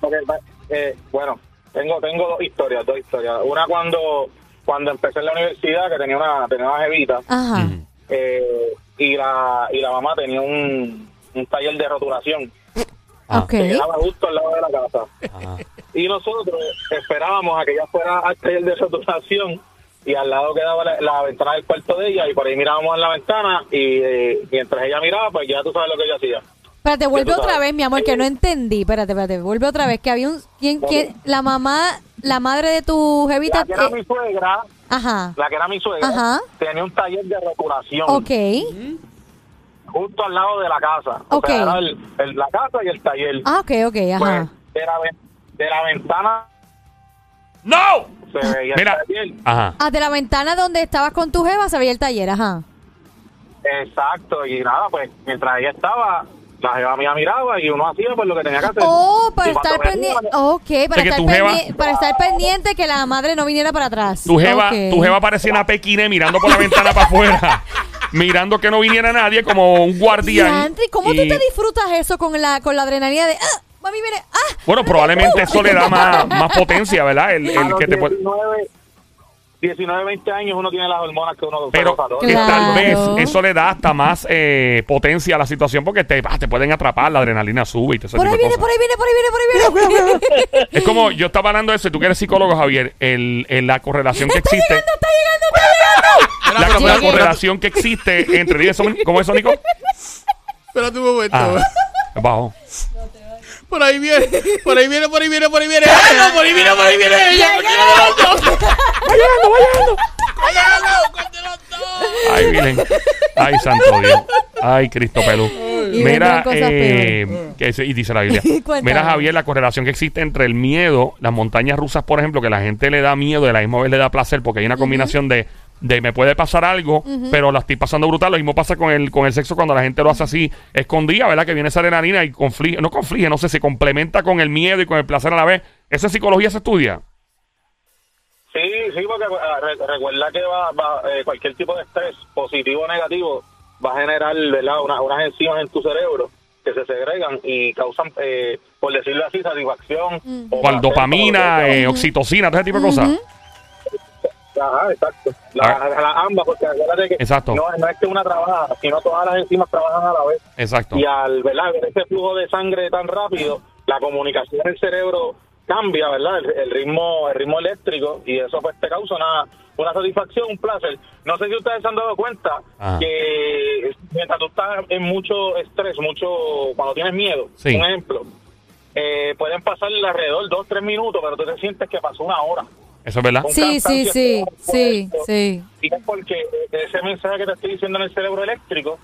Speaker 4: Ok, va- eh, bueno, tengo tengo dos historias, dos historias. Una cuando cuando empecé en la universidad, que tenía una, tenía una jevita,
Speaker 3: Ajá.
Speaker 1: Mm.
Speaker 4: eh, y, la, y la mamá tenía un, un taller de rotulación
Speaker 1: Ah.
Speaker 3: Ok.
Speaker 4: que quedaba justo al lado de la casa.
Speaker 1: Ah.
Speaker 4: Y nosotros esperábamos a que ella fuera al taller de rotulación y al lado quedaba la, la ventana del cuarto de ella y por ahí mirábamos a la ventana y eh, mientras ella miraba, pues ya tú sabes lo que ella hacía.
Speaker 3: Espérate, vuelve
Speaker 4: Ya tú
Speaker 3: otra
Speaker 4: sabes.
Speaker 3: vez, mi amor, que no entendí. Espérate, espérate, vuelve otra vez. Que había un. ¿Quién, quién, la mamá, la madre de tu jevita.
Speaker 4: La que era
Speaker 3: eh,
Speaker 4: mi suegra,
Speaker 3: ajá.
Speaker 4: la que era mi suegra,
Speaker 3: Ajá.
Speaker 4: tenía un taller de rotulación.
Speaker 3: Ok.
Speaker 4: justo al lado de la casa. O
Speaker 3: Ok.
Speaker 4: sea, era el- el- la casa y el taller.
Speaker 3: Ah, ok, ok,
Speaker 4: Pues,
Speaker 3: ajá.
Speaker 4: de, la, ven- de la ventana
Speaker 1: ¡No!
Speaker 4: se veía
Speaker 1: Mira.
Speaker 4: el taller.
Speaker 1: Ajá.
Speaker 3: Ah, de la ventana donde estabas con tu jeva se veía el taller, ajá.
Speaker 4: Exacto, y nada, pues mientras ella estaba, la jeva mía miraba y uno hacía pues lo que tenía que hacer.
Speaker 3: Oh, para
Speaker 4: Y cuando
Speaker 3: estar
Speaker 4: venía,
Speaker 3: pendiente. Ok, para
Speaker 1: que
Speaker 3: estar
Speaker 1: tu jeva-
Speaker 3: pendiente, para estar pendiente que la madre no viniera para atrás.
Speaker 1: Tu jeva,
Speaker 3: Ok.
Speaker 1: tu jeva parecía una pequine mirando por la ventana para afuera. Mirando que no viniera nadie como un guardián.
Speaker 3: Diantre, ¿Cómo tú
Speaker 1: Y-
Speaker 3: te disfrutas eso con la, con la adrenalina de. Ah, mami, viene. Ah,
Speaker 1: Bueno, probablemente eso le da más, más potencia, ¿verdad? El,
Speaker 4: pues, a
Speaker 1: el
Speaker 4: los
Speaker 1: que te puede-
Speaker 4: 19, 19, 20 años uno tiene las hormonas que uno
Speaker 1: Pero
Speaker 4: uno
Speaker 1: que
Speaker 3: Claro.
Speaker 1: tal vez eso le da hasta más eh, potencia a la situación porque te, ah, te pueden atrapar, la adrenalina sube y te
Speaker 3: por ahí viene, por ahí viene, por ahí viene, por ahí viene.
Speaker 1: Es como yo estaba hablando de eso, y tú que eres psicólogo, Javier, el, el- la correlación que
Speaker 3: está
Speaker 1: existe.
Speaker 3: llegando, está llegando, está llegando.
Speaker 1: La,
Speaker 2: Espera, pero,
Speaker 1: la
Speaker 2: espera,
Speaker 3: Llegué.
Speaker 2: espera,
Speaker 1: correlación que existe entre eso, ¿Cómo es eso, Nico?
Speaker 2: espera un momento.
Speaker 1: Ah, bajo.
Speaker 2: Por ahí viene, por ahí viene, por ahí viene, por ahí viene. ¡Ay, Ah, no! Por ahí viene, por ahí viene. ¡Ella no quiere los dos! ¡Va llegando, va llegando!
Speaker 1: Ay, miren. Ay, santo Dios. Ay, Cristo Pelú.
Speaker 3: Y vendrán
Speaker 1: Mira,
Speaker 3: cosas
Speaker 1: eh, que se- y dice la Biblia.
Speaker 3: Cuéntame.
Speaker 1: Mira, Javier, la correlación que existe entre el miedo, las montañas rusas, por ejemplo, que la gente le da miedo y a la misma vez le da placer, porque hay una combinación de, de me puede pasar algo, pero la estoy pasando brutal. Lo mismo pasa con el, con el sexo cuando la gente lo hace así, escondida, ¿verdad? Que viene esa adrenalina y conflige, no conflige, no sé, se complementa con el miedo y con el placer a la vez. Esa psicología se estudia.
Speaker 4: Sí, sí, porque ah, re- recuerda que va, va, eh, cualquier tipo de estrés, positivo o negativo, va a generar ¿verdad? Una- unas enzimas en tu cerebro que se segregan y causan, eh, por decirlo así, satisfacción.
Speaker 3: Mm.
Speaker 4: o
Speaker 1: Cual
Speaker 4: placer, o lo
Speaker 1: dopamina,
Speaker 4: que
Speaker 1: eh,
Speaker 4: sea.
Speaker 1: oxitocina, todo ese tipo de cosas.
Speaker 4: Ajá, exacto. La-
Speaker 1: Ah.
Speaker 4: la- ambas, porque acuérdate que
Speaker 1: Exacto.
Speaker 4: No, no es que una trabaja, sino todas las enzimas trabajan a la vez.
Speaker 1: Exacto.
Speaker 4: Y al ¿verdad? ver ese flujo de sangre tan rápido, la comunicación del cerebro cambia, ¿verdad? El, el ritmo el ritmo eléctrico y eso pues te causa una, una satisfacción, un placer. No sé si ustedes se han dado cuenta
Speaker 1: Ajá.
Speaker 4: que mientras tú estás en mucho estrés, mucho cuando tienes miedo,
Speaker 1: Sí.
Speaker 4: un ejemplo, eh, pueden pasar alrededor dos, tres minutos, pero tú te sientes que pasó una hora.
Speaker 1: Eso es verdad.
Speaker 4: Un
Speaker 3: Sí, sí,
Speaker 4: cansancio
Speaker 3: sí, sí,
Speaker 4: extremo,
Speaker 3: sí.
Speaker 4: y es porque ese mensaje que te estoy diciendo en el cerebro eléctrico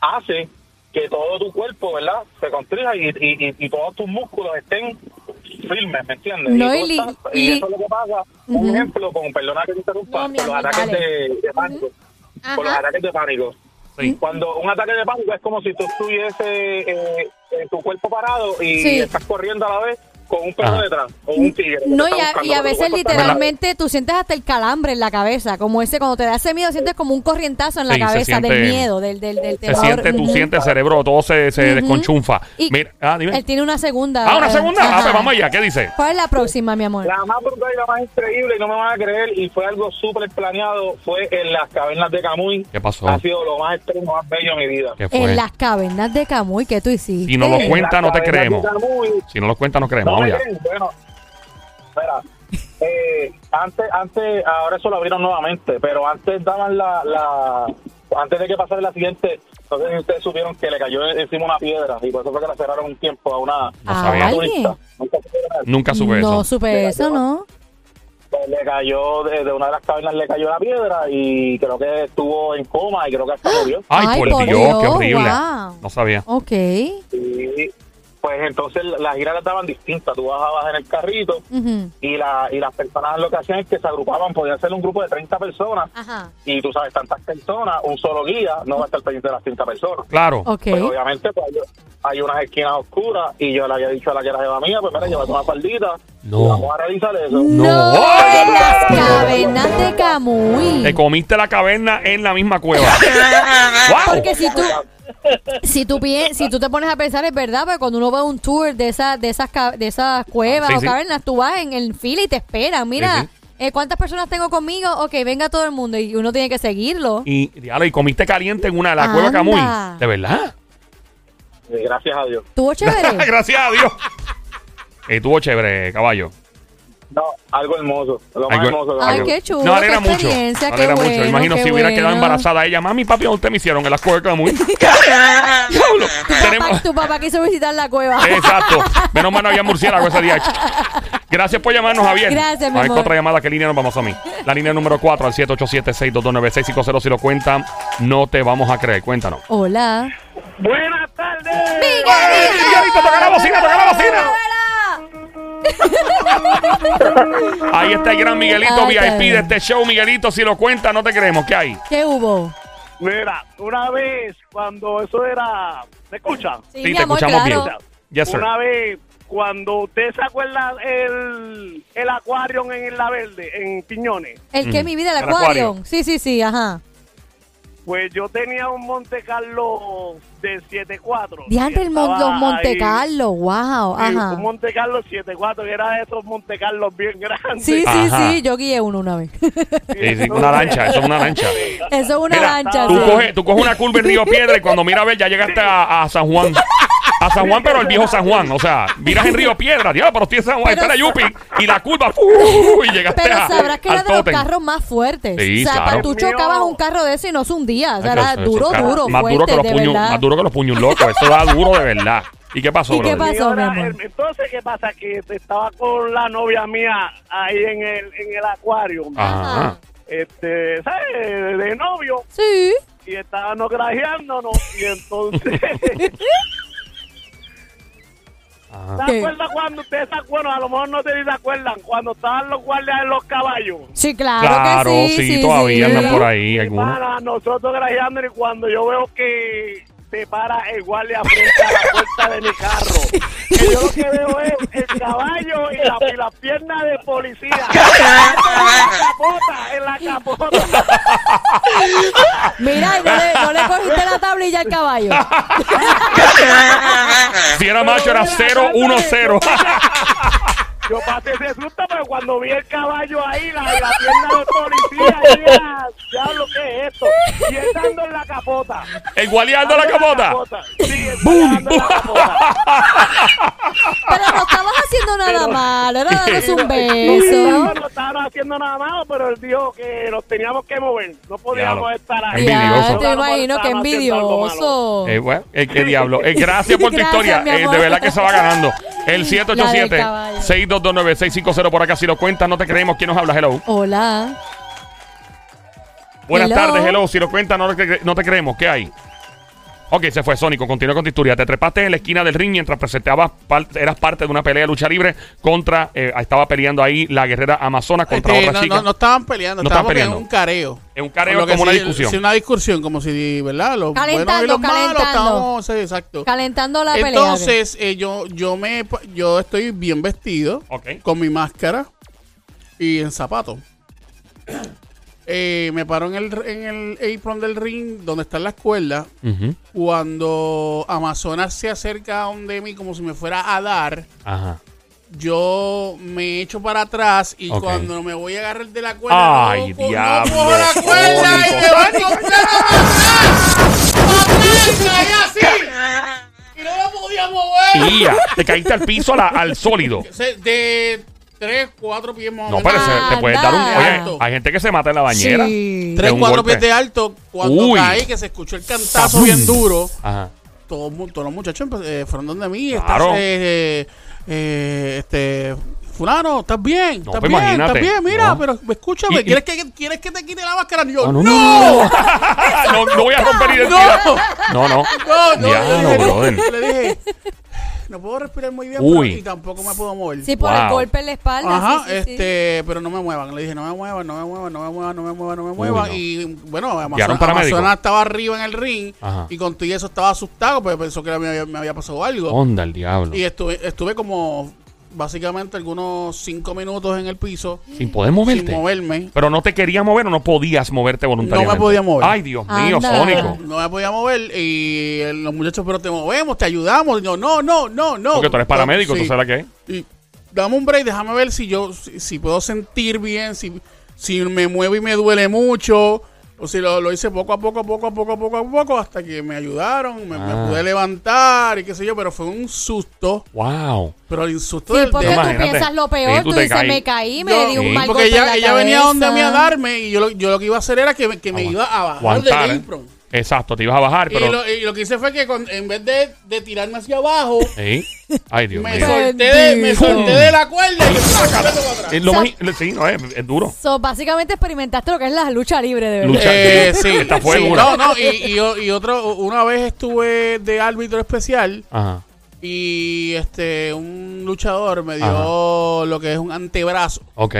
Speaker 4: hace que todo tu cuerpo, ¿verdad?, se contrija y, y- y- y todos tus músculos estén firmes, ¿me entiendes?
Speaker 3: No,
Speaker 4: tú
Speaker 3: y li-
Speaker 4: estás-
Speaker 3: y
Speaker 4: y
Speaker 3: li-
Speaker 4: eso es lo que pasa, un
Speaker 3: Ujú.
Speaker 4: ejemplo, con, perdona que te interrumpa,
Speaker 3: No, mi
Speaker 4: con los
Speaker 3: amor,
Speaker 4: ataques
Speaker 3: dale.
Speaker 4: de, de pánico. Con los
Speaker 3: Ajá.
Speaker 4: ataques de pánico.
Speaker 1: Sí.
Speaker 4: Cuando un ataque de pánico es como si tú estuviese eh, en tu cuerpo parado y
Speaker 3: Sí.
Speaker 4: estás corriendo a la vez con un perro
Speaker 1: Ajá.
Speaker 4: detrás o un tigre. que te
Speaker 3: No, y
Speaker 4: está
Speaker 3: a,
Speaker 4: buscando,
Speaker 3: y a
Speaker 4: pero tu
Speaker 3: veces
Speaker 4: cuerpo está parado.
Speaker 3: literalmente tú sientes hasta el calambre en la cabeza, como ese cuando te da ese miedo, sientes como un corrientazo en la
Speaker 1: Sí, se
Speaker 3: cabeza del
Speaker 1: siente-
Speaker 3: miedo, del, del, del
Speaker 1: Se
Speaker 3: terror.
Speaker 1: siente, tú
Speaker 3: Ujú.
Speaker 1: sientes el cerebro, todo se, se
Speaker 3: Ujú.
Speaker 1: desconchunfa.
Speaker 3: Y-
Speaker 1: Mira, ah, dime.
Speaker 3: Él tiene una segunda.
Speaker 1: Ah, una
Speaker 3: eh,
Speaker 1: segunda. Ah,
Speaker 3: ajá.
Speaker 1: pues vamos allá, ¿qué dice?
Speaker 3: ¿Cuál es la próxima, mi amor?
Speaker 4: La más brutal y la más increíble, y no me van a creer, y fue algo súper planeado, fue en las cavernas de Camuy.
Speaker 1: ¿Qué pasó?
Speaker 4: Ha sido lo más extremo, más bello de mi vida.
Speaker 1: ¿Qué fue?
Speaker 3: En las cavernas de Camuy, que tú hiciste?
Speaker 1: Si no lo cuentas,
Speaker 4: En las
Speaker 1: no te
Speaker 4: cavernas
Speaker 1: creemos.
Speaker 4: de Camuy,
Speaker 1: Si no lo cuenta, no creemos.
Speaker 4: no
Speaker 1: Vamos
Speaker 4: me
Speaker 1: allá.
Speaker 4: creen, bueno, espera. Eh, antes, antes, ahora eso lo abrieron nuevamente, pero antes daban la, la antes de que pasara el accidente, no sé si ustedes supieron que le cayó encima una piedra y por eso fue que la cerraron un tiempo a una,
Speaker 1: No
Speaker 3: ¿A
Speaker 1: sabía.
Speaker 3: alguien?
Speaker 4: turista. Nunca supieron eso.
Speaker 1: Nunca supe
Speaker 3: Ah, no
Speaker 1: eso.
Speaker 3: supe eso, ¿no?
Speaker 4: Pues le cayó de, de una de las cavernas le cayó la piedra y creo que estuvo en coma y creo que hasta murió
Speaker 1: Ay,
Speaker 3: Ay,
Speaker 1: por
Speaker 3: por
Speaker 1: Dios,
Speaker 3: Dios,
Speaker 1: qué horrible.
Speaker 3: wow.
Speaker 1: No sabía.
Speaker 3: Ok.
Speaker 4: y pues entonces las giras las daban distintas tú bajabas en el carrito
Speaker 3: Ujú.
Speaker 4: y la y las personas lo que hacían es que se agrupaban podía ser un grupo de 30 personas
Speaker 3: Ajá.
Speaker 4: y tú sabes tantas personas un solo guía no va a estar pendiente de las 30 personas
Speaker 1: Claro.
Speaker 3: Ok.
Speaker 4: Pues obviamente pues, hay, hay unas esquinas oscuras y yo le había dicho a la que era jeva mía pues mira llévate una faldita
Speaker 1: No.
Speaker 4: y vamos a realizar
Speaker 3: No,
Speaker 4: eso
Speaker 3: en las cavernas de
Speaker 1: Te
Speaker 3: Camuy.
Speaker 1: comiste la caverna en la misma cueva. ¡Wow!
Speaker 3: Porque si tú, si tú pi- si tú te pones a pensar es verdad, porque cuando uno va a un tour de esas de esas ca- de esas cuevas
Speaker 1: Sí,
Speaker 3: o
Speaker 1: sí.
Speaker 3: cavernas, tú vas en el fila y te esperan. Mira,
Speaker 1: Sí,
Speaker 3: eh, ¿cuántas personas tengo conmigo? Ok, venga todo el mundo y uno tiene que seguirlo.
Speaker 1: Y, diablo, y comiste caliente en una de la cueva
Speaker 3: Anda.
Speaker 1: Camuy. ¿De verdad?
Speaker 4: Y Eh, gracias a Dios
Speaker 3: Estuvo chévere.
Speaker 1: Gracias a Dios. Estuvo chévere, caballo.
Speaker 4: no algo hermoso lo más
Speaker 1: Algo-
Speaker 4: hermoso lo más
Speaker 3: Ay,
Speaker 1: algo-
Speaker 4: hermoso.
Speaker 3: qué chulo,
Speaker 1: No alegra
Speaker 3: qué
Speaker 1: mucho.
Speaker 3: experiencia,
Speaker 1: no
Speaker 3: qué
Speaker 1: alegra mucho.
Speaker 3: bueno,
Speaker 1: Imagino
Speaker 3: qué
Speaker 1: si hubiera quedado
Speaker 3: bueno.
Speaker 1: embarazada ella. Mami, papi, ¿dónde me hicieron? En la cueva de Camuy. Diablo,
Speaker 3: Papá- tu papá quiso visitar la cueva.
Speaker 1: Exacto. Menos mal no había murciélago ese día. Gracias por llamarnos, Javier.
Speaker 3: Gracias, mi
Speaker 1: A ver,
Speaker 3: amor.
Speaker 1: otra llamada, ¿qué línea nos vamos a mí? La línea número 4 al 787-622-9650. Si lo cuentan, no te vamos a creer. Cuéntanos.
Speaker 3: Hola.
Speaker 4: Buenas tardes.
Speaker 1: ¡Ey, Miguelito, toca la bocina, toca la bocina! Ahí está el gran Miguelito
Speaker 3: Ay, está
Speaker 1: VIP de
Speaker 3: bien.
Speaker 1: este show. Miguelito, si lo cuenta, no te creemos. ¿Qué hay?
Speaker 3: ¿Qué hubo?
Speaker 4: Mira, una vez cuando eso era, ¿me escuchan?
Speaker 3: Sí,
Speaker 1: te escuchamos bien. Yes, sir.
Speaker 4: Una vez cuando usted se acuerda el, el acuario en La Verde, en Piñones,
Speaker 3: El que mi vida, el
Speaker 1: El acuario.
Speaker 3: acuario. Sí, sí, sí, ajá.
Speaker 4: pues yo tenía un Monte Carlo de 74.
Speaker 3: Diante el mon- los Monte Carlo, wow,
Speaker 4: Sí,
Speaker 3: ajá.
Speaker 4: Un Monte Carlo 74, que era de esos Monte Carlos bien grandes.
Speaker 3: Sí, sí,
Speaker 1: Ajá.
Speaker 3: sí, yo guié uno una vez.
Speaker 1: Ah, Sí, sí, una lancha, eso es una lancha.
Speaker 3: Eso es una
Speaker 1: Mira,
Speaker 3: lancha.
Speaker 1: tú
Speaker 3: sí.
Speaker 1: coges, tú coges una curva en Río Piedra y cuando mira a ver, ya llegaste a, a San Juan. A San Juan, pero el viejo San Juan. O sea, miras en Río Piedra, diablo, pero estoy en San Juan,
Speaker 3: Pero
Speaker 1: está la
Speaker 3: sa-
Speaker 1: Yupi. Y la curva, ¡fu! y llegaste
Speaker 3: Pero
Speaker 1: a,
Speaker 3: sabrás que
Speaker 1: al
Speaker 3: era de los
Speaker 1: tótem.
Speaker 3: carros más fuertes.
Speaker 1: Sí,
Speaker 3: o sea,
Speaker 1: claro.
Speaker 3: tú
Speaker 4: Dios mío.
Speaker 3: chocabas un carro de ese y no se hundía. O sea,
Speaker 1: Eso-
Speaker 3: era
Speaker 1: eso-
Speaker 3: duro,
Speaker 1: claro,
Speaker 3: duro,
Speaker 1: más
Speaker 3: fuerte,
Speaker 1: duro que los
Speaker 3: de
Speaker 1: puños,
Speaker 3: verdad.
Speaker 1: más duro que los puños locos. Eso da duro de verdad. ¿Y qué pasó,
Speaker 3: ¿Y qué
Speaker 1: brother?
Speaker 3: pasó?
Speaker 4: Señora,
Speaker 3: mi amor?
Speaker 4: el- eh, Entonces, ¿qué pasa? Que este, estaba con la novia mía ahí en el, en el acuario.
Speaker 1: Ajá.
Speaker 4: Este, ¿sabes? De novio.
Speaker 3: Sí.
Speaker 4: Y estábamos grajeándonos. Y entonces.
Speaker 1: Ajá.
Speaker 4: ¿Te acuerdas cuando ustedes se acuerdan? A lo mejor no te se acuerdan. Cuando estaban los guardias en los caballos.
Speaker 3: Sí, claro,
Speaker 1: Claro,
Speaker 3: que sí.
Speaker 1: sí, todavía
Speaker 3: sí.
Speaker 1: andan por ahí algunos.
Speaker 4: Para nosotros grajeándonos. Y cuando yo veo que se para el guardia frente a la puerta de mi carro. Que yo lo que veo es el caballo y la, y la pierna de policía. En la capota, en la capota.
Speaker 3: Mira, y no le, no le cogiste la tablilla al caballo.
Speaker 1: Si era macho, era 0-1-0.
Speaker 4: Yo pasé ese susto, pero cuando vi el caballo ahí, la, la pierna de policía, yo dije, "Ah, diablo, ¿qué es esto? Y él dando en la capota.
Speaker 1: El gualeando la capota.
Speaker 4: Sí, él dando en la capota.
Speaker 3: Pero no estabas haciendo nada malo, era darles un
Speaker 4: No,
Speaker 3: beso.
Speaker 4: no estaban haciendo nada malo, pero él dijo que nos teníamos que mover. No podíamos
Speaker 1: Diablo.
Speaker 4: estar ahí.
Speaker 1: Envidioso.
Speaker 3: Ya, te
Speaker 4: Nosotros no
Speaker 3: imagino que
Speaker 4: estábamos haciendo algo malo.
Speaker 3: envidioso.
Speaker 1: Eh, bueno, eh, qué diablo. Eh, gracias por tu
Speaker 3: Oh. Gracias,
Speaker 1: historia.
Speaker 3: mi
Speaker 1: Eh,
Speaker 3: amor.
Speaker 1: de verdad que se va ganando. El
Speaker 3: La del caballo.
Speaker 1: 787-6229-650 por acá. Si lo cuentas, no te creemos. ¿Quién nos habla? Hello.
Speaker 3: Hola.
Speaker 1: Buenas
Speaker 3: Hello.
Speaker 1: tardes, hello. Si lo cuentas, no, te cre- no te creemos. ¿Qué hay? Ok, se fue Sónico. Continúa con tu historia. Te trepaste en la esquina del ring mientras presentabas par- eras parte de una pelea de lucha libre contra. eh, estaba peleando ahí la guerrera Amazona contra
Speaker 2: Este,
Speaker 1: otra
Speaker 2: no,
Speaker 1: chica.
Speaker 2: no, no estaban peleando,
Speaker 1: No estaban
Speaker 2: estaban peleando.
Speaker 1: peleando.
Speaker 2: un careo.
Speaker 1: En un careo
Speaker 2: Lo que
Speaker 1: como una
Speaker 2: sí,
Speaker 1: discusión.
Speaker 2: Sí, una discusión, como si, ¿verdad? Los buenos y
Speaker 3: Calentando,
Speaker 2: los malos
Speaker 3: calentando.
Speaker 2: estábamos, sí, exacto.
Speaker 3: Calentando la pelea.
Speaker 2: Entonces, eh, yo, yo me yo estoy bien vestido,
Speaker 1: Ok.
Speaker 2: con mi máscara y en zapatos. Eh, me paro en el, en el apron del ring donde están las cuerdas.
Speaker 1: Ujú.
Speaker 2: Cuando Amazonas se acerca a donde mí como si me fuera a dar,
Speaker 1: Ajá.
Speaker 2: yo me echo para atrás y
Speaker 1: Ok.
Speaker 2: cuando me voy a agarrar de la cuerda,
Speaker 1: Ay,
Speaker 2: no, co- no
Speaker 1: diablo.
Speaker 2: cojo la cuerda y me va a encontrar atrás. Atrás, ahí así. Y no me podía mover.
Speaker 1: Tía, te caíste al piso, a la- al sólido.
Speaker 2: Se- De 3, 4 pies más o
Speaker 1: No,
Speaker 2: menos.
Speaker 1: pero se- te puedes dar un. Oye,
Speaker 2: Alto.
Speaker 1: hay gente que se mata en la bañera.
Speaker 3: Sí.
Speaker 1: de
Speaker 2: Tres,
Speaker 1: un
Speaker 2: cuatro
Speaker 1: golpe.
Speaker 2: pies de alto. Cuando
Speaker 1: Uy.
Speaker 2: caí, que se escuchó el cantazo
Speaker 1: Tabum.
Speaker 2: bien duro,
Speaker 1: Ajá.
Speaker 2: todo mu- todos los muchachos empe- eh, fueron donde mí.
Speaker 1: Claro.
Speaker 2: Estás, eh, eh, eh, este, fulano, ¿estás bien?
Speaker 1: No,
Speaker 2: ¿Estás
Speaker 1: pues
Speaker 2: bien?
Speaker 1: imagínate.
Speaker 2: ¿Estás bien? Mira,
Speaker 1: No.
Speaker 2: pero escúchame,
Speaker 1: Y- y-
Speaker 2: ¿quieres, que, ¿quieres que te quite la máscara? Y Yo,
Speaker 1: Oh, No,
Speaker 2: Oh, no,
Speaker 1: no,
Speaker 2: no,
Speaker 1: no, no, no voy a romper identidad. No, no.
Speaker 2: no,
Speaker 1: Diablo,
Speaker 2: le, dije,
Speaker 1: brother.
Speaker 2: le dije, no puedo respirar muy bien
Speaker 1: Uy.
Speaker 2: pero- y tampoco me puedo mover.
Speaker 3: Sí, por el
Speaker 1: Wow.
Speaker 3: golpe en la espalda. sí,
Speaker 2: Ajá,
Speaker 3: sí, sí.
Speaker 2: este, pero no me muevan. Le dije, no me muevan, no me muevan, no me muevan, no me muevan, no me muevan.
Speaker 1: no.
Speaker 2: Y bueno,
Speaker 1: Llegaron
Speaker 2: Amazonas,
Speaker 1: paramédicos.
Speaker 2: Amazonas estaba arriba en el ring
Speaker 1: Ajá.
Speaker 2: y con todo y eso estaba asustado porque pensó que me había, me había pasado algo.
Speaker 1: Onda el diablo.
Speaker 2: Y estuve, estuve como básicamente algunos cinco minutos en el piso
Speaker 1: Sin poder
Speaker 2: sin
Speaker 1: moverte.
Speaker 2: moverme.
Speaker 1: Pero no te quería mover o no podías moverte voluntariamente.
Speaker 2: No me podía mover.
Speaker 1: Ay, Dios mío,
Speaker 3: Anda.
Speaker 1: Sónico.
Speaker 2: No me podía mover y eh, los muchachos, pero te movemos, te ayudamos. Y yo, no, no, no, no.
Speaker 1: Porque tú eres paramédico,
Speaker 2: Sí.
Speaker 1: tú sabes la que es.
Speaker 2: y dame un break, déjame ver si yo si, si puedo sentir bien, si, si me muevo y me duele mucho, o si lo, lo hice poco a poco, poco a poco, poco a poco, hasta que me ayudaron, me, me
Speaker 1: Ah.
Speaker 2: pude levantar y qué sé yo, pero fue un susto,
Speaker 1: Wow.
Speaker 2: pero el susto
Speaker 3: Sí,
Speaker 2: del...
Speaker 3: porque
Speaker 2: del-
Speaker 3: tú
Speaker 1: Imagínate.
Speaker 3: piensas lo peor,
Speaker 1: Sí, tú
Speaker 3: tú,
Speaker 1: te
Speaker 3: dices,
Speaker 1: caí.
Speaker 3: me caí, me
Speaker 2: pues, yo-
Speaker 3: di un
Speaker 1: Sí.
Speaker 3: mal
Speaker 2: porque
Speaker 3: golpe en
Speaker 2: ella,
Speaker 3: la
Speaker 2: ella venía
Speaker 3: cabeza.
Speaker 2: donde mí a darme y yo lo, yo lo que iba a hacer era que, me- que me
Speaker 1: Aguant-
Speaker 2: iba a bajar
Speaker 1: aguantar,
Speaker 2: del
Speaker 1: ¿eh?
Speaker 2: apron.
Speaker 1: Exacto, te ibas a bajar,
Speaker 2: Y
Speaker 1: pero.
Speaker 2: lo, y lo que hice fue que con- en vez de, de tirarme hacia abajo,
Speaker 1: Sí. Ay, Dios
Speaker 2: me,
Speaker 1: mío.
Speaker 2: solté de, me
Speaker 3: Bendito.
Speaker 2: solté de la cuerda y yo ¡ah, ¡sácalo para atrás!
Speaker 1: Es Eh, lo más- Sí, no, es, es duro.
Speaker 3: So, básicamente experimentaste lo que es la lucha libre, de verdad.
Speaker 1: Lucha.
Speaker 2: Eh,
Speaker 1: sí.
Speaker 2: sí,
Speaker 1: Esta fue
Speaker 2: sí.
Speaker 1: dura.
Speaker 2: No, no, y, y, y otro, una vez estuve de árbitro especial
Speaker 1: Ajá.
Speaker 2: y este un luchador me dio lo que es un antebrazo.
Speaker 1: Ok.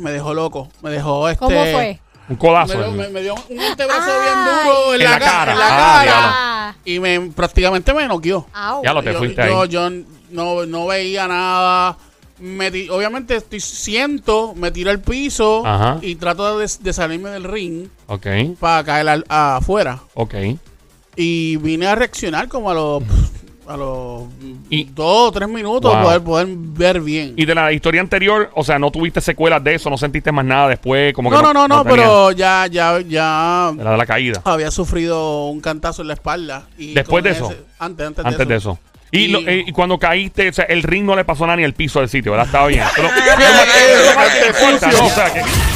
Speaker 2: Me dejó loco, me dejó este...
Speaker 3: ¿Cómo fue?
Speaker 1: Un
Speaker 2: Me,
Speaker 1: codazo.
Speaker 2: dio-
Speaker 1: en-
Speaker 2: me- me dio un antebrazo
Speaker 3: Ay.
Speaker 2: bien duro en, la, ca- en la
Speaker 1: Ah,
Speaker 2: cara
Speaker 1: diablo.
Speaker 3: Ah,
Speaker 2: y me prácticamente me noqueó.
Speaker 3: au.
Speaker 1: Ya lo te
Speaker 2: yo,
Speaker 1: fuiste
Speaker 2: yo-
Speaker 1: ahí.
Speaker 2: yo no, no veía nada. Me ti- obviamente estoy, siento, me tiro al piso
Speaker 1: Ajá.
Speaker 2: y trato de, de salirme del ring
Speaker 1: Ok.
Speaker 2: para caer al- afuera.
Speaker 1: Ok.
Speaker 2: Y vine a reaccionar como a los, a los
Speaker 1: Y-
Speaker 2: dos o tres minutos
Speaker 1: Wow.
Speaker 2: para poder, poder ver bien.
Speaker 1: Y de la historia anterior, o sea, no tuviste secuelas de eso, no sentiste más nada después, como que.
Speaker 2: no, no, no, no,
Speaker 1: tenías-
Speaker 2: pero ya, ya, ya
Speaker 1: De la, de la caída.
Speaker 2: había sufrido un cantazo en la espalda. Y
Speaker 1: Después
Speaker 2: con
Speaker 1: de eso.
Speaker 2: Antes, antes,
Speaker 1: Antes de eso. Y,
Speaker 2: Y-
Speaker 1: lo- eh, y cuando caíste, o sea, el ring no le pasó nada ni el piso del sitio, ¿verdad? Estaba bien. Pero-
Speaker 2: Qué
Speaker 1: Pero-
Speaker 2: manera,
Speaker 1: Pero-
Speaker 2: qué
Speaker 1: Pero-
Speaker 2: sucio.
Speaker 1: No, o sea, que-